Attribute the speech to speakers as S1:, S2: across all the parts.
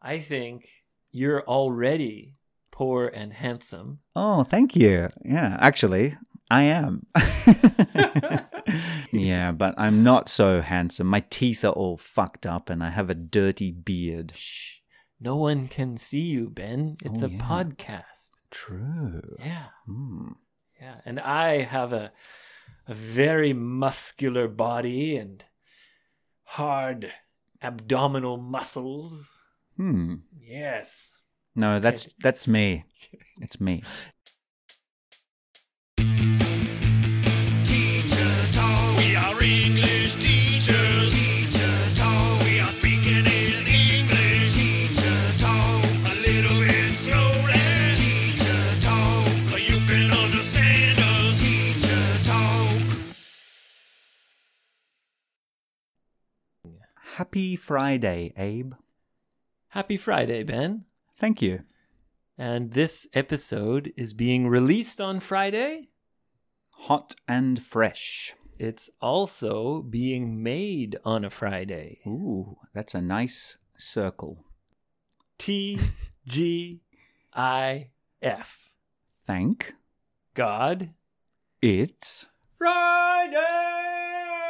S1: I think you're already poor and handsome.
S2: Oh, thank you. Yeah, actually, I am. yeah, but I'm not so handsome. My teeth are all fucked up and I have a dirty beard.
S1: Shh. No one can see you, Ben. It's
S2: Oh,
S1: a
S2: yeah.
S1: podcast.
S2: True.
S1: Yeah.
S2: Hmm.
S1: Yeah. And I have a a very muscular body and hard abdominal muscles.
S2: Hmm.
S1: Yes.
S2: No, that's that's me. It's me.
S3: Teacher talk. We are English teachers. Teacher talk. We are speaking in English. Teacher talk. A little bit slowly. Teacher talk. So you can understand us. Teacher talk.
S2: Happy Friday, Abe.
S1: Happy Friday, Ben.
S2: Thank you.
S1: And this episode is being released on Friday.
S2: Hot and fresh.
S1: It's also being made on a Friday.
S2: Ooh, that's a nice circle.
S1: T G I F.
S2: Thank
S1: God.
S2: it's
S1: Friday.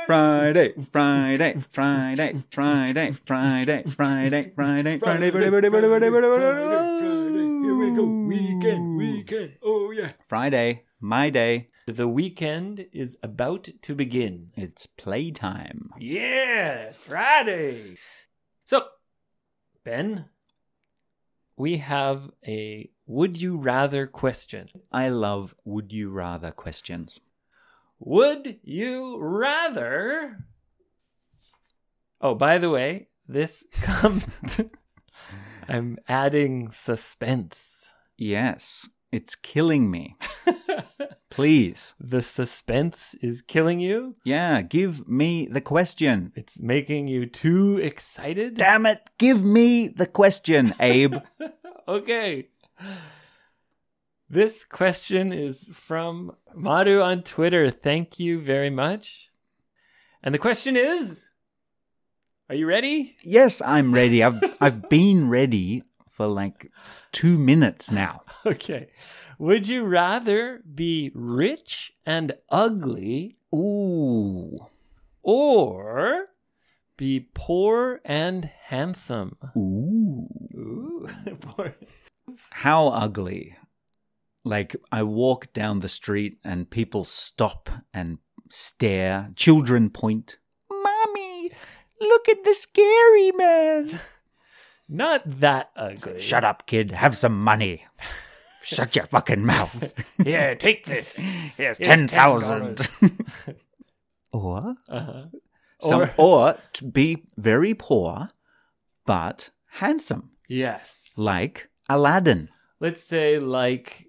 S2: Friday, Friday, Friday, Friday, Friday, Friday, Friday, Friday, Friday, Friday, Friday, Friday, Friday.
S1: Here we go. Weekend, weekend. Oh, yeah.
S2: Friday, my day.
S1: The weekend is about to begin.
S2: It's playtime.
S1: Yeah, Friday. So, Ben, we have a would you rather question.
S2: I love would you rather questions.
S1: Would you rather? Oh, by the way, this comes. I'm adding suspense.
S2: Yes, it's killing me. Please.
S1: The suspense is killing you.
S2: Yeah, give me the question.
S1: It's making you too excited.
S2: Damn it, give me the question, Abe.
S1: okay. This question is from Madhu on Twitter. Thank you very much. And the question is Are you ready?
S2: Yes, I'm ready. I've I've been ready for like 2 minutes now.
S1: Okay. Would you rather be rich and ugly
S2: Ooh.
S1: or be poor and handsome?
S2: Ooh.
S1: Ooh. poor.
S2: How ugly. Like, I walk down the street and people stop and stare. Children point. Mommy, look at the scary man.
S1: Not that ugly.
S2: Shut up, kid. Have some money. Shut your fucking mouth.
S1: Here, take this.
S2: Here's
S1: Here's
S2: 10,000. or,
S1: Uh-huh.
S2: some,
S1: Or-
S2: or to be very poor, but handsome,
S1: Yes.
S2: like Aladdin.
S1: Let's say like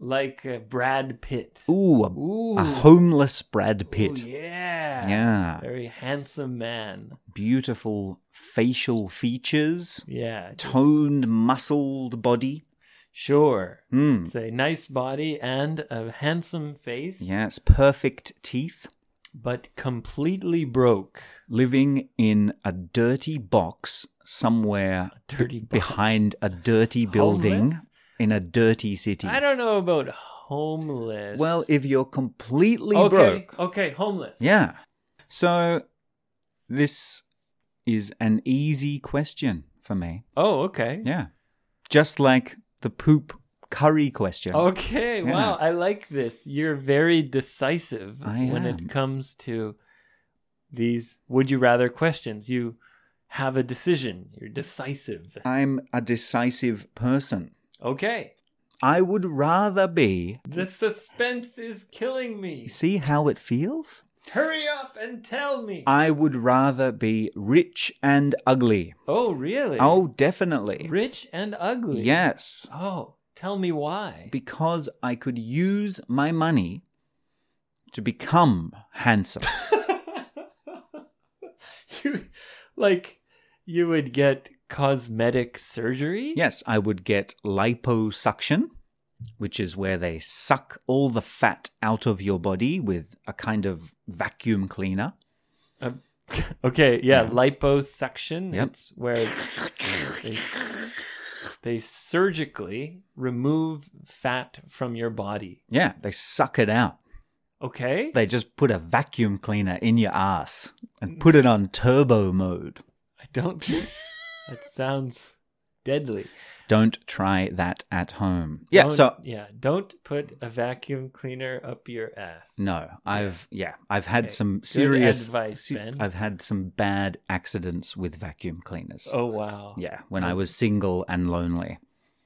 S1: like uh, Brad Pitt.
S2: Ooh, a,
S1: Ooh.
S2: a homeless Brad Pitt.
S1: Ooh, yeah.
S2: Yeah.
S1: Very handsome man.
S2: Beautiful facial features,
S1: Yeah. just-
S2: toned, muscled body.
S1: Sure.
S2: Mm.
S1: It's a nice body and a handsome face,
S2: Yes, perfect teeth.
S1: but completely broke.
S2: Living in a dirty box somewhere
S1: Dirty box.
S2: behind a dirty building
S1: Homeless?
S2: in a dirty city.
S1: I don't know about homeless.
S2: Well, if you're completely
S1: okay,
S2: broke,
S1: okay, homeless.
S2: Yeah. So this is an easy question for me.
S1: Oh, okay.
S2: Yeah. Just like the poop curry question.
S1: Oh, Okay.
S2: Yeah.
S1: Wow, I like this. You're very decisive
S2: I
S1: when
S2: am.
S1: it comes to these would you rather questions. You have a decision. You're decisive.
S2: I'm a decisive person.
S1: Okay.
S2: I would rather be.
S1: The suspense is killing me.
S2: You see how it feels?
S1: Hurry up and tell me.
S2: I would rather be rich and ugly.
S1: oh, really?
S2: Oh, definitely.
S1: Rich and ugly.
S2: Yes.
S1: Oh, tell me why.
S2: Because I could use my money to become handsome.
S1: you, like, you would get cosmetic surgery?
S2: Yes, I would get liposuction, which is where they suck all the fat out of your body with a kind of vacuum cleaner.
S1: Okay, yeah,
S2: Yeah.
S1: liposuction.
S2: Yep.
S1: It's where They, they surgically remove fat from your body.
S2: Yeah, they suck it out.
S1: Okay.
S2: They just put a vacuum cleaner in your ass and put it on turbo mode.
S1: I don't. that sounds deadly.
S2: Don't try that at home. Yeah,
S1: Don't-
S2: so
S1: yeah, don't put a vacuum cleaner up your ass.
S2: no, I've yeah, I've had
S1: Okay,
S2: some
S1: good
S2: serious
S1: advice,
S2: se-
S1: Ben.
S2: I've had some bad accidents with vacuum cleaners.
S1: Oh wow.
S2: Yeah, when I was single and lonely.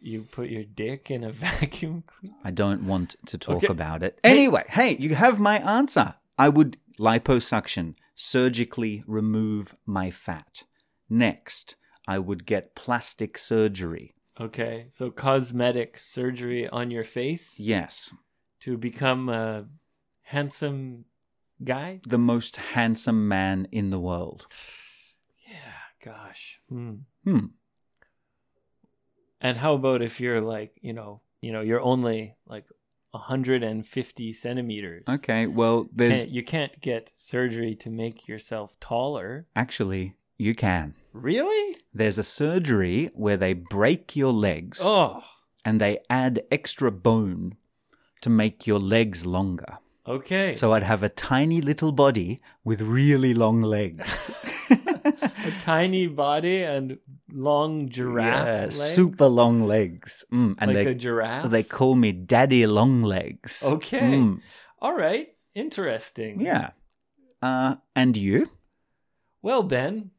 S1: You put your dick in a vacuum cleaner.
S2: I don't want to talk
S1: Okay.
S2: about it. Anyway, hey, you have my answer. I would liposuction, surgically remove my fat. Next, I would get plastic surgery.
S1: Okay, so cosmetic surgery on your face
S2: Yes,
S1: to become a handsome guy.
S2: the most handsome man in the world.
S1: Yeah. Gosh. Hmm.
S2: Hmm.
S1: And how about if you're like, you know, you know, you're only like 150 centimeters.
S2: Okay, well, there's
S1: Can't, you can't get surgery to make yourself taller.
S2: actually, you can.
S1: Really?
S2: There's a surgery where they break your legs
S1: Oh.
S2: and they add extra bone to make your legs longer.
S1: Okay.
S2: So I'd have a tiny little body with really long legs.
S1: a tiny body and long giraffe
S2: Yeah,
S1: legs?
S2: super long legs. Mm, and
S1: like
S2: they
S1: a giraffe.
S2: they call me Daddy Long Legs.
S1: Okay.
S2: Mm,
S1: All right. Interesting.
S2: yeah. Uh, and you?
S1: Well, Ben,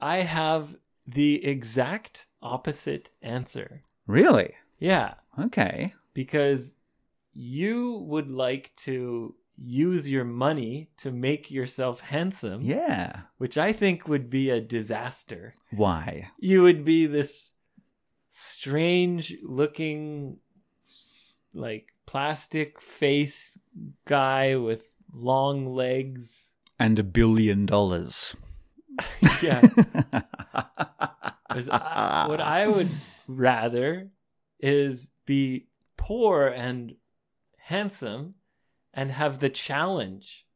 S1: I have the exact opposite answer.
S2: Really?
S1: Yeah,
S2: Okay.
S1: because you would like to use your money to make yourself handsome,
S2: Yeah.
S1: which I think would be a disaster.
S2: Why?
S1: You would be this strange looking, s- like plastic face guy with long legs.
S2: And a billion dollars.
S1: Yeah. 'Cause I- uh,
S2: Ah.
S1: what I would rather is be poor and handsome and have the challenge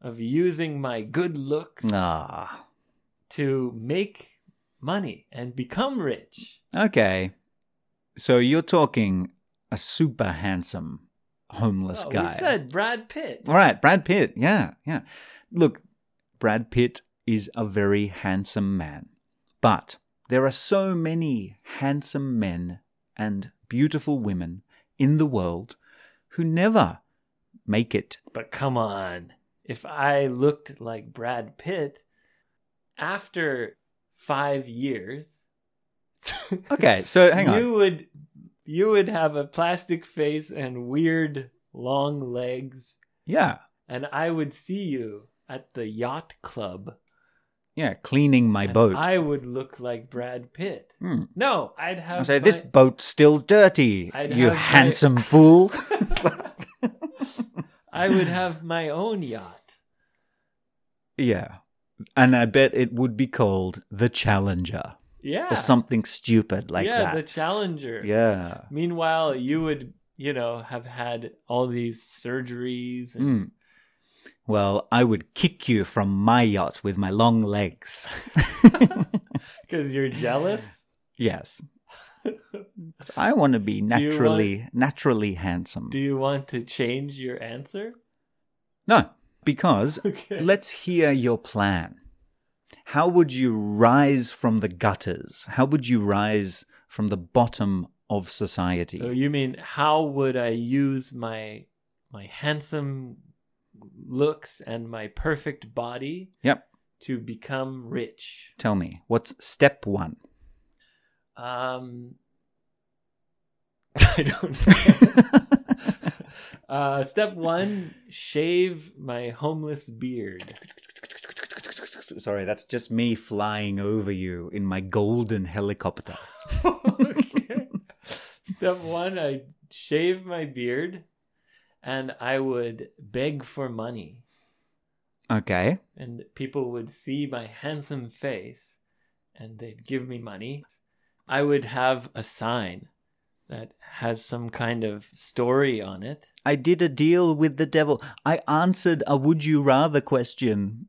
S1: of using my good looks
S2: Ah.
S1: to make money and become rich.
S2: Okay. So you're talking a super handsome homeless
S1: Oh,
S2: guy.
S1: We said Brad Pitt.
S2: Right, Brad Pitt. Yeah, yeah. Look, Brad Pitt is a very handsome man, but there are so many handsome men and beautiful women in the world who never make it.
S1: But come on. If I looked like Brad Pitt after 5 years
S2: Okay, so hang on.
S1: You would you would have a plastic face and weird long legs,
S2: Yeah,
S1: and I would see you at the yacht club.
S2: yeah. Cleaning my
S1: and
S2: boat.
S1: I would look like Brad Pitt.
S2: Hmm.
S1: No, I'd have.
S2: I say this
S1: my-
S2: boat's still dirty.
S1: I'd
S2: you
S1: have my-
S2: handsome fool.
S1: I would have my own yacht.
S2: yeah, and I bet it would be called the Challenger
S1: Yeah.
S2: or something stupid like
S1: yeah,
S2: that.
S1: the Challenger.
S2: Yeah.
S1: Meanwhile, you would you know have had all these surgeries and
S2: Mm. Well, I would kick you from my yacht with my long legs.
S1: because you're jealous.
S2: yes. I want to be
S1: you
S2: naturally naturally handsome.
S1: Do you want to change your answer?
S2: no, because
S1: Okay.
S2: let's hear your plan. How would you rise from the gutters? How would you rise from the bottom of society?
S1: So you mean how would I use my my handsome looks and my perfect body
S2: yep.
S1: to become rich?
S2: Tell me, what's step 1?
S1: Um I don't know. uh step 1 shave my homeless beard.
S2: Sorry, that's just me flying over you in my golden helicopter.
S1: okay. Step 1 I shave my beard and I would beg for money.
S2: Okay.
S1: and people would see my handsome face and they'd give me money, I would have a sign that has some kind of story on it.
S2: I did a deal with the devil. I answered a would you rather question.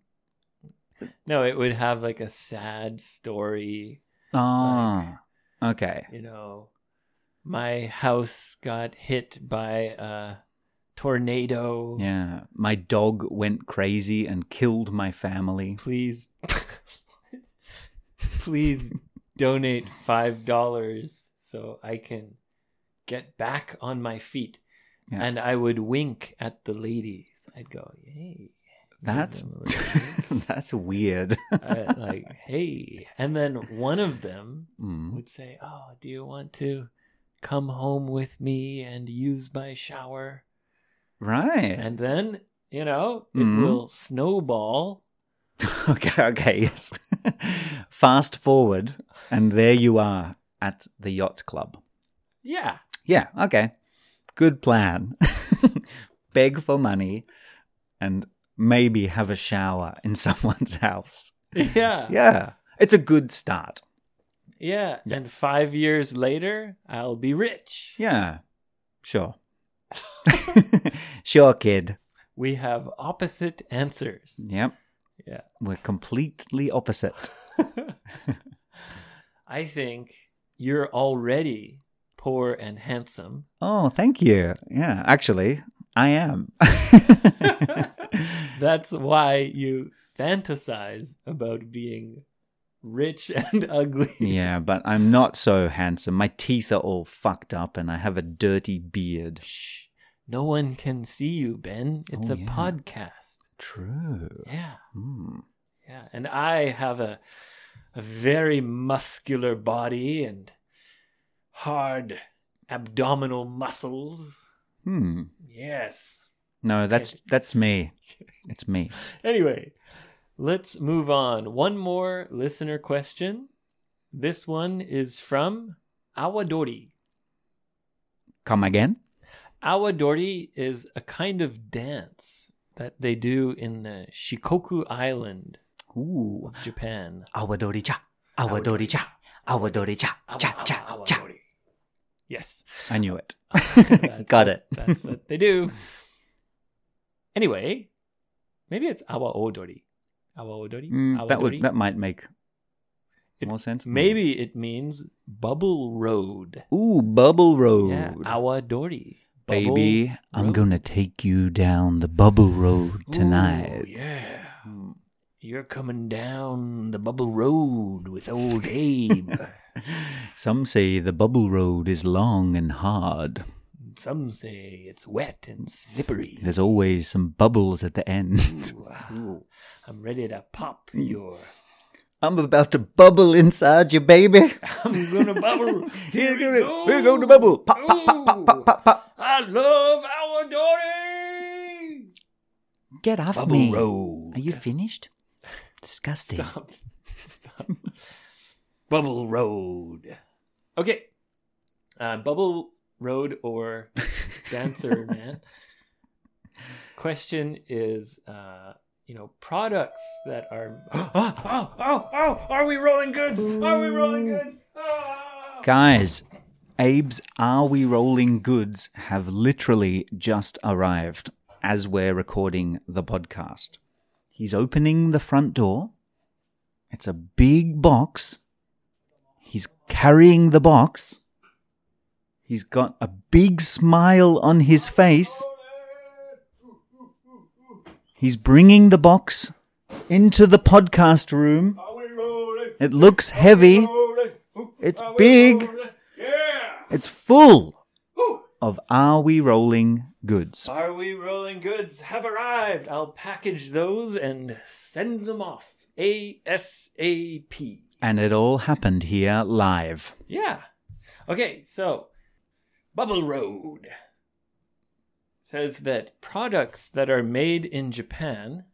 S1: No, it would have like a sad story
S2: Oh, okay.
S1: you know, my house got hit by a tornado.
S2: Yeah. My dog went crazy and killed my family.
S1: Please, please donate five dollars so I can get back on my feet.
S2: Yes.
S1: And I would wink at the ladies. I'd go, "Hey." give
S2: That's
S1: them a little wink."
S2: that's weird.
S1: I- like, hey. And then one of them
S2: Mm.
S1: would say, Oh, do you want to come home with me and use my shower?
S2: Right.
S1: And then, you know, it
S2: Mhm.
S1: will snowball.
S2: okay. Okay. Yes. Fast forward, and there you are at the yacht club.
S1: Yeah.
S2: Yeah. Okay. Good plan. Beg for money, and maybe have a shower in someone's house.
S1: Yeah.
S2: Yeah. It's a good start.
S1: Yeah. And five years later, I'll be rich.
S2: Yeah. Sure. sure, kid.
S1: We have opposite answers.
S2: Yep.
S1: Yeah.
S2: We're completely opposite.
S1: I think you're already poor and handsome.
S2: Oh, thank you. Yeah, actually, I am.
S1: That's why you fantasize about being rich and ugly.
S2: yeah, but I'm not so handsome. My teeth are all fucked up and I have a dirty beard.
S1: Shh. No one can see you, Ben. It's
S2: Oh,
S1: a
S2: yeah.
S1: podcast.
S2: True.
S1: Yeah.
S2: Hmm.
S1: Yeah. And I have a a very muscular body and hard abdominal muscles.
S2: Hmm.
S1: Yes.
S2: No, that's that's me. It's me.
S1: Anyway, let's move on. One more listener question. This one is from Awadori.
S2: Come again?
S1: Awadori is a kind of dance that they do in the Shikoku Island,
S2: Ooh.
S1: Japan.
S2: Awadori cha. Awadori cha. Awadori cha. Cha cha
S1: Awa-
S2: cha.
S1: Awadori. Yes.
S2: I knew it.
S1: That's
S2: Got
S1: what-
S2: it.
S1: That's what they do. Anyway, maybe it's Awaodori. Awaodori?
S2: Mm, that would
S1: Awadori?
S2: that might make
S1: It-
S2: more sense.
S1: Maybe it means bubble road.
S2: Ooh, bubble road.
S1: Yeah, Awadori. Bubble
S2: Baby, I'm
S1: road.
S2: gonna take you down the bubble road
S1: Ooh,
S2: tonight.
S1: yeah. You're coming down the bubble road with old Abe.
S2: Some say the bubble road is long and hard.
S1: Some say it's wet and slippery.
S2: There's always some bubbles at the end.
S1: Ooh, ah, I'm ready to pop
S2: Hmm.
S1: your.
S2: I'm about to bubble inside you, baby.
S1: I'm gonna bubble. Here we go.
S2: We're going to bubble. Pop, pop, pop, pop, pop, pop, pop.
S1: I love our daughter.
S2: Get off
S1: Bubble
S2: me.
S1: road.
S2: Are you finished? Disgusting.
S1: Stop. Stop. Bubble Road. Okay. Uh, Bubble Road or Dancer Man. Question is, uh, you know, products that are. Oh, oh, oh, oh! Are we rolling goods? Are we rolling goods? Ah!
S2: Guys, Abe's Are We Rolling Goods have literally just arrived as we're recording the podcast. He's opening the front door. It's a big box. He's carrying the box. He's got a big smile on his face. He's bringing the box into the podcast room.
S1: Are we rolling?
S2: It looks heavy.
S1: Rolling. Ooh,
S2: It's
S1: are we
S2: big.
S1: rolling? Yeah.
S2: It's full
S1: Ooh.
S2: of Are We Rolling Goods.
S1: Are we rolling goods have arrived? I'll package those and send them off ASAP.
S2: And it all happened here live.
S1: Yeah. Okay, so Bubble Road says that products that are made in Japan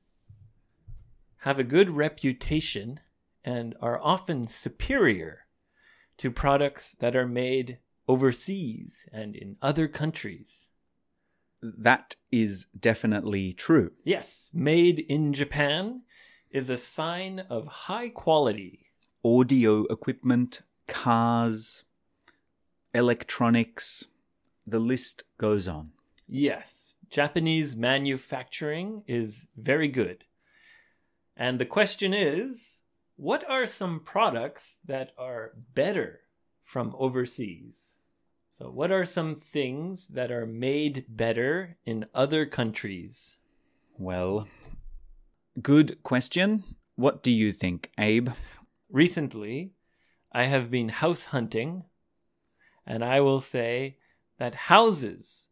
S1: have a good reputation and are often superior to products that are made overseas and in other countries.
S2: That is definitely true.
S1: Yes, made in Japan is a sign of high quality.
S2: Audio equipment, cars, electronics, the list goes on.
S1: Yes, Japanese manufacturing is very good. And the question is What are some products that are better from overseas? So, what are some things that are made better in other countries?
S2: Well, good question. What do you think, Abe?
S1: Recently, I have been house hunting, and I will say that houses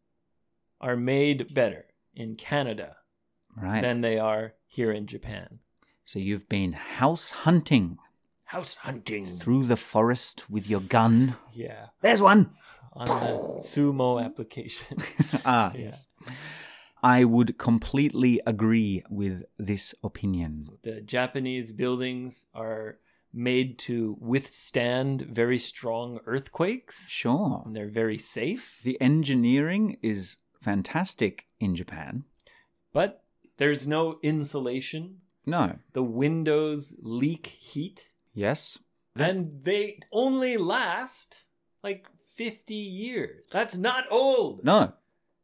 S1: are made better in Canada
S2: Right.
S1: than they are here in Japan.
S2: So you've been house hunting
S1: House hunting.
S2: through the forest with your gun.
S1: Yeah,
S2: There's one.
S1: on the sumo application.
S2: ah,
S1: Yeah.
S2: yes. I would completely agree with this opinion.
S1: the Japanese buildings are made to withstand very strong earthquakes
S2: Sure.
S1: and they're very safe.
S2: The engineering is fantastic in Japan.
S1: But there's no insulation.
S2: No.
S1: The windows leak heat
S2: Yes.
S1: and they only last like 50 years. That's not old.
S2: No.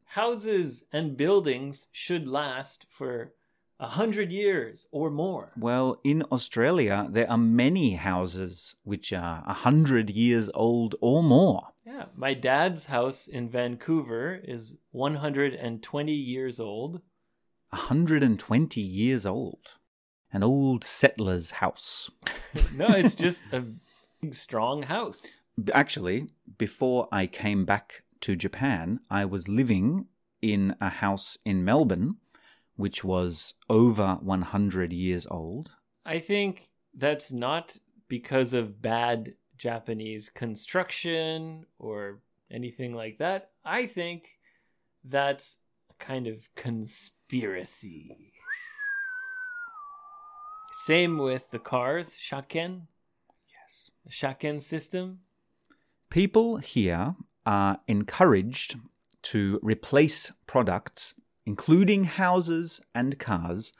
S1: Houses and buildings should last for a 100 years or more.
S2: Well, in Australia, there are many houses which are a 100 years old or more.
S1: Yeah, my dad's house in Vancouver is 120 years old.
S2: A 120 years old. An old settler's house.
S1: no, it's just a big, strong house.
S2: B- Actually, before I came back to Japan, I was living in a house in Melbourne which was over 100 years old.
S1: I think that's not because of bad Japanese construction or anything like that. I think that's a kind of conspiracy. Same with the cars, shaken,
S2: Yes.
S1: shaken system.
S2: People here are encouraged to replace products, including houses and cars,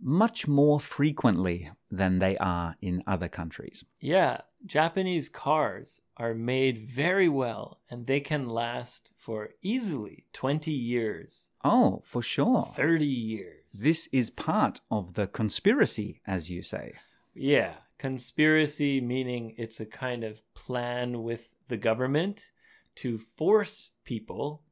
S2: much more frequently than they are in other countries.
S1: Yeah, Japanese cars are made very well and they can last for easily 20 years,
S2: Oh, for sure.
S1: 30 years.
S2: This is part of the conspiracy, as you say.
S1: Yeah, conspiracy meaning it's a kind of plan with the government to force people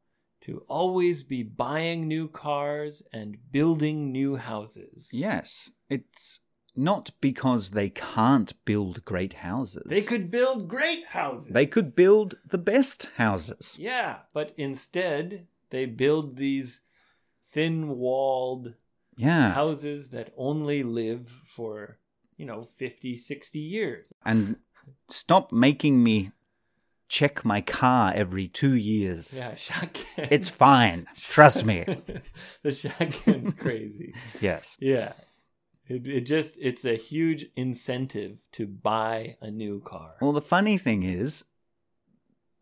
S1: to always be buying new cars and building new houses.
S2: Yes, it's not because they can't build great houses.
S1: They could build great houses.
S2: They could build the best houses.
S1: Yeah, but instead they build these thin-walled
S2: Yeah.
S1: houses that only live for, you know, 50, 60 years.
S2: and stop making me check my car every two years.
S1: Yeah, shaken.
S2: It's fine. Trust me.
S1: the shaken's crazy.
S2: Yes.
S1: Yeah. It, it just it's a huge incentive to buy a new car.
S2: Well, the funny thing is,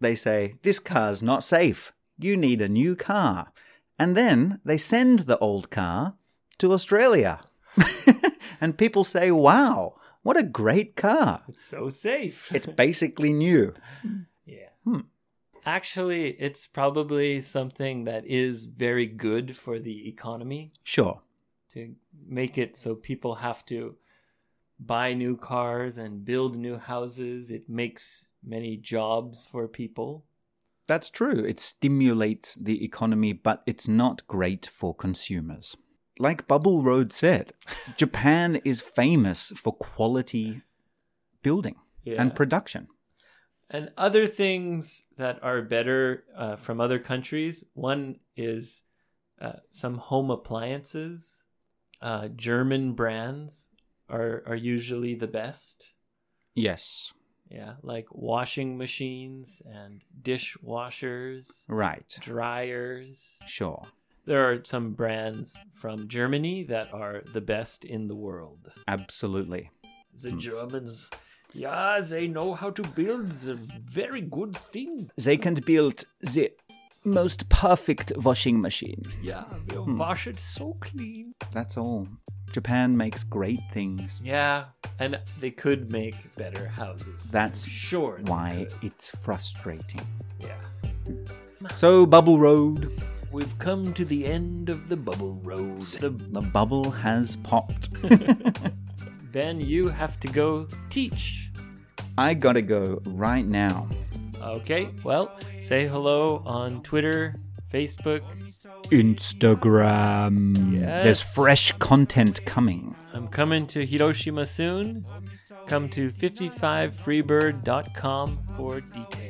S2: they say, this car's not safe. You need a new car. And then they send the old car to Australia. and people say, wow, what a great car.
S1: it's so safe.
S2: It's basically new.
S1: yeah.
S2: Hmm.
S1: Actually, it's probably something that is very good for the economy
S2: Sure.
S1: to make it so people have to buy new cars and build new houses. It makes many jobs for people.
S2: That's true. It stimulates the economy, but it's not great for consumers. Like Bubble Road said, Japan is famous for quality building
S1: Yeah.
S2: and production.
S1: And other things that are better uh, from other countries, one is uh, some home appliances. Uh, German brands are, are usually the best.
S2: Yes,
S1: Yeah, like washing machines and dishwashers,
S2: right.
S1: dryers.
S2: Sure.
S1: There are some brands from Germany that are the best in the world.
S2: Absolutely.
S1: The Germans, yeah, they know how to build the very good things.
S2: They can build the most perfect washing machine.
S1: Yeah, we'll wash it so clean.
S2: That's all. Japan makes great things.
S1: Yeah, and they could make better houses.
S2: That's
S1: sure. they
S2: Why
S1: could.
S2: it's frustrating.
S1: Yeah.
S2: So, Bubble Road,
S1: We've come to the end of the bubble road. The
S2: the bubble has popped.
S1: Ben, you have to go teach.
S2: I gotta go right now.
S1: Okay, well, say hello on Twitter, Facebook.
S2: Instagram. There's
S1: Yes.
S2: fresh content coming.
S1: I'm coming to Hiroshima soon. Come to 55freebird.com for details.